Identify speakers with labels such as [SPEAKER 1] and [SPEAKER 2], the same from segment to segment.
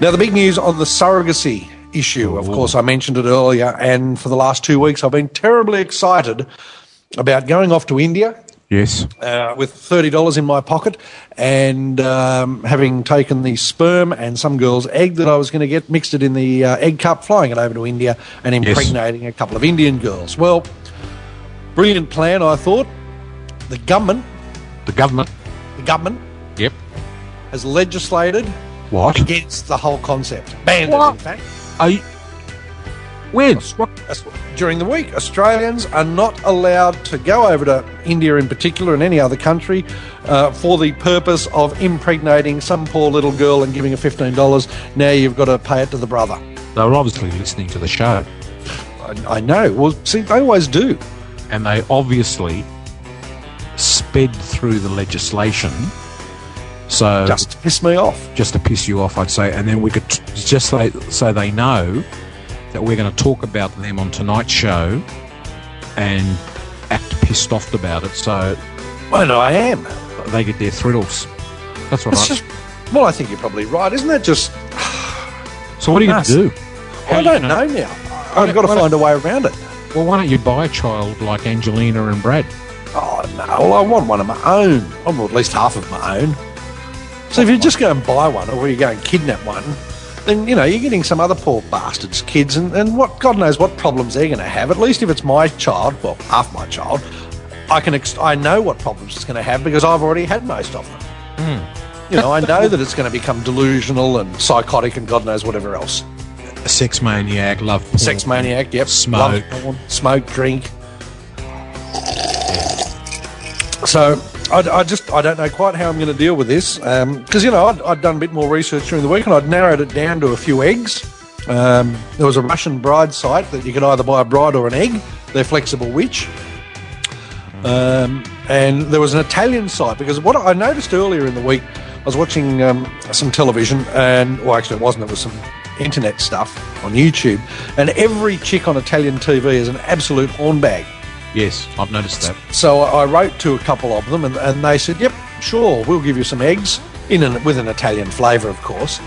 [SPEAKER 1] Now, the big news on the surrogacy issue, of course, I mentioned it earlier, and for the last two weeks, I've been terribly excited about going off to India
[SPEAKER 2] Yes.
[SPEAKER 1] uh, with thirty dollars in my pocket, and um, having taken the sperm and some girl's egg that I was going to get, mixed it in the uh, egg cup, flying it over to India, and impregnating a couple of Indian girls. Well, brilliant plan, I thought. The government,
[SPEAKER 2] The government.
[SPEAKER 1] the government
[SPEAKER 2] Yep.
[SPEAKER 1] has legislated
[SPEAKER 2] What?
[SPEAKER 1] against the whole concept, banned it. In
[SPEAKER 2] What?
[SPEAKER 1] fact,
[SPEAKER 2] Are you... When? What?
[SPEAKER 1] As- during the week, Australians are not allowed to go over to India in particular and any other country uh, for the purpose of impregnating some poor little girl and giving her $15. Now you've got to pay it to the brother.
[SPEAKER 2] They were obviously listening to the show,
[SPEAKER 1] I, I know. Well, see, they always do.
[SPEAKER 2] and they obviously sped through the legislation. So
[SPEAKER 1] Just to piss me off.
[SPEAKER 2] just to piss you off, I'd say, and then we could t- just say, so they know that we're going to talk about them on tonight's show and act pissed off about it, so
[SPEAKER 1] I know I am.
[SPEAKER 2] they get their thrills. That's what I.
[SPEAKER 1] It's just, well, I think you're probably right. Isn't that just,
[SPEAKER 2] so what are you going
[SPEAKER 1] nuts.
[SPEAKER 2] to do? How
[SPEAKER 1] I
[SPEAKER 2] you
[SPEAKER 1] don't
[SPEAKER 2] gonna-
[SPEAKER 1] know now. I've got to
[SPEAKER 2] why don't-
[SPEAKER 1] find a way around it.
[SPEAKER 2] Well, why don't you buy a child like Angelina and Brad?
[SPEAKER 1] Oh no! Well, I want one of my own. I want at least half of my own. So if you just go and buy one, or you go and kidnap one, then you know you're getting some other poor bastards' kids, and, and what God knows what problems they're going to have. At least if it's my child, well, half my child, I can ex- I know what problems it's going to have because I've already had most of them. You know, I know that it's going to become delusional and psychotic and God knows whatever else.
[SPEAKER 2] A sex maniac, love porn.
[SPEAKER 1] Sex maniac, yep.
[SPEAKER 2] Smoke.
[SPEAKER 1] love porn, smoke, drink. So I, I just I don't know quite how I'm going to deal with this because you know I'd, I'd done a bit more research during the week and I'd narrowed it down to a few eggs. Um, there was a Russian bride site that you could either buy a bride or an egg. They're flexible, which. Um, and there was an Italian site because what I noticed earlier in the week, I was watching um, some television, and well, actually, it wasn't. It was some internet stuff on YouTube, and every chick on Italian TV is an absolute hornbag.
[SPEAKER 2] Yes, I've noticed that.
[SPEAKER 1] So I I wrote to a couple of them, and, and they said, "Yep, sure, we'll give you some eggs in an, with an Italian flavour, of course."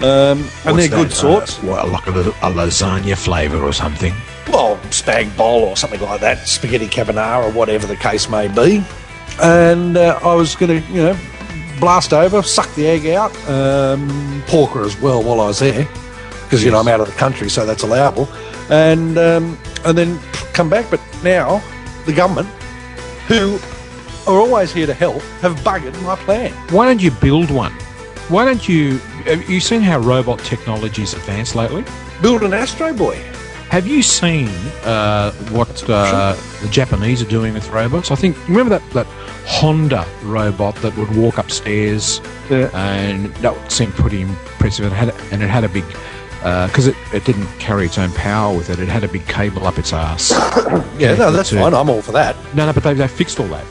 [SPEAKER 1] Um, and they're good sorts.
[SPEAKER 2] Uh, well, like a, little- a lasagna flavour or something.
[SPEAKER 1] well, spag bowl or something like that, spaghetti carbonara or whatever the case may be. And uh, I was going to, you know, blast over, suck the egg out, um, porker as well while I was there, because you know I'm out of the country, so that's allowable. And um, and then come back, but now the government, who are always here to help, have buggered my plan.
[SPEAKER 2] Why don't you build one? Why don't you? Have you seen how robot technology's advanced lately?
[SPEAKER 1] Build an Astro Boy.
[SPEAKER 2] Have you seen uh, what uh, the Japanese are doing with robots? I think remember that that Honda robot that would walk upstairs,
[SPEAKER 1] Yeah.
[SPEAKER 2] and that seemed pretty impressive. It had and it had a big because it, it didn't carry its own power with it. It had a big cable up its ass.
[SPEAKER 1] Yeah, no, that's
[SPEAKER 2] to-
[SPEAKER 1] fine. I'm all for that.
[SPEAKER 2] No, no, but they've, they fixed all that.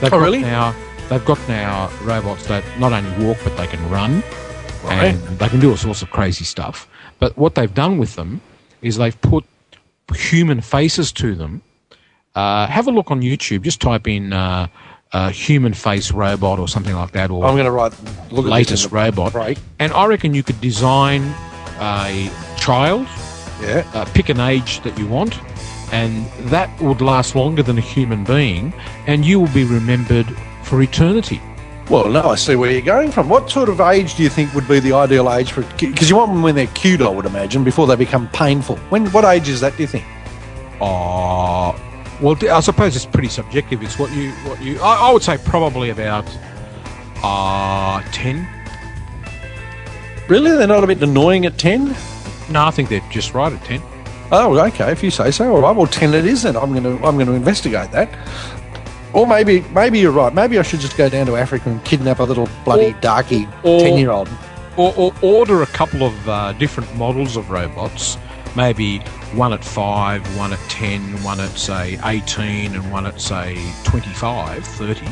[SPEAKER 2] They've
[SPEAKER 1] Oh,
[SPEAKER 2] got
[SPEAKER 1] really?
[SPEAKER 2] Now they've got now robots that not only walk but they can run,
[SPEAKER 1] Right.
[SPEAKER 2] and they can do all sorts of crazy stuff. But what they've done with them is they've put human faces to them. Uh, have a look on YouTube. Just type in uh, uh, human face robot or something like that, or
[SPEAKER 1] I'm going to write. Look at this in
[SPEAKER 2] latest
[SPEAKER 1] the
[SPEAKER 2] robot.
[SPEAKER 1] break.
[SPEAKER 2] And I reckon you could design a child
[SPEAKER 1] Yeah.
[SPEAKER 2] uh, pick an age that you want, and that would last longer than a human being, and you will be remembered for eternity.
[SPEAKER 1] Well, no, I see where you're going from. What sort of age do you think would be the ideal age for? Because you want them when they're cute, I would imagine, before they become painful. When? What age is that? Do you think?
[SPEAKER 2] Ah, well, I suppose it's pretty subjective. It's what you, what you. I, I would say probably about uh, ten.
[SPEAKER 1] Really, they're not a bit annoying at ten?
[SPEAKER 2] No, I think they're just right at ten.
[SPEAKER 1] Oh, okay. If you say so, all right. Well, ten it is then. I'm going to I'm going to investigate that. Or maybe maybe you're right. Maybe I should just go down to Africa and kidnap a little bloody
[SPEAKER 2] Or-
[SPEAKER 1] darky
[SPEAKER 2] or-
[SPEAKER 1] ten year old.
[SPEAKER 2] Or, or order a couple of uh, different models of robots. Maybe one at five, one at ten, one at say eighteen, and one at say 25, 30.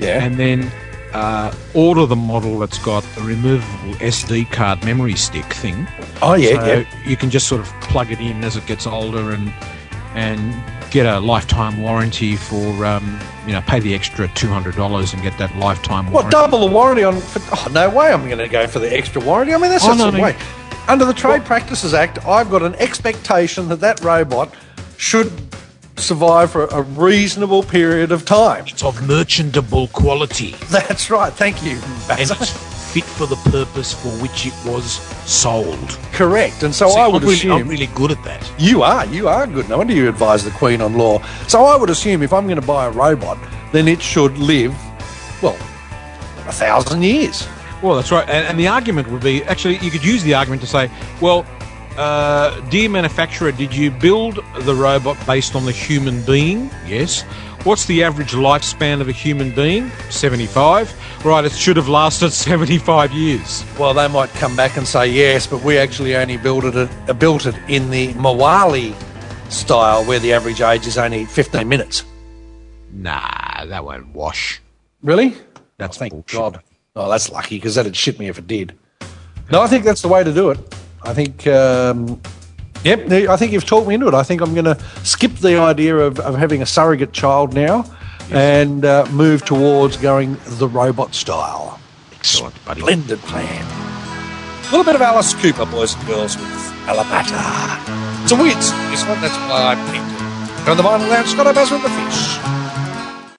[SPEAKER 1] Yeah.
[SPEAKER 2] and then uh, order the model that's got the removable SD card memory stick thing.
[SPEAKER 1] oh yeah,
[SPEAKER 2] so
[SPEAKER 1] yeah.
[SPEAKER 2] You can just sort of plug it in as it gets older and and get a lifetime warranty for um, you know pay the extra two hundred dollars and get that lifetime
[SPEAKER 1] What,
[SPEAKER 2] warranty.
[SPEAKER 1] double the warranty on. For, oh, no way I'm going to go for the extra warranty. I mean, that's
[SPEAKER 2] Oh,
[SPEAKER 1] just
[SPEAKER 2] no,
[SPEAKER 1] the
[SPEAKER 2] no.
[SPEAKER 1] way. Under the Trade Practices Act, I've got an expectation that that robot should survive for a reasonable period of time.
[SPEAKER 2] It's of merchantable quality
[SPEAKER 1] That's right. Thank you.
[SPEAKER 2] Hmm. and
[SPEAKER 1] That's
[SPEAKER 2] it's fit for the purpose for which it was sold.
[SPEAKER 1] correct. And so
[SPEAKER 2] See,
[SPEAKER 1] I would
[SPEAKER 2] I'm really,
[SPEAKER 1] assume.
[SPEAKER 2] I'm really good at that.
[SPEAKER 1] You are, you are good. No wonder you advise the Queen on law. So I would assume if I'm going to buy a robot, then it should live, well, a thousand years.
[SPEAKER 2] Well, that's right. And, and the argument would be actually, you could use the argument to say, well, uh, dear manufacturer, did you build the robot based on the human being? Yes. What's the average lifespan of a human being? 75. Right, it should have lasted 75 years.
[SPEAKER 1] Well, they might come back and say yes, but we actually only built it, uh, built it in the Mawali style, where the average age is only 15 minutes.
[SPEAKER 2] Nah, that won't wash.
[SPEAKER 1] Really?
[SPEAKER 2] That's
[SPEAKER 1] Thank
[SPEAKER 2] bullshit.
[SPEAKER 1] God. Oh, that's lucky because that'd shit me if it did. No, I think that's the way to do it. I think, um, yep, no, I think you've talked me into it. I think I'm going to skip the idea of, of having a surrogate child now and uh, move towards going the robot style.
[SPEAKER 2] Excellent, buddy.
[SPEAKER 1] Blended plan. A little bit of Alice Cooper, boys and girls, with Alamata. It's a weird song, this one. That's why I picked it. From the vinyl lounge, Scott O'Bass with the fish.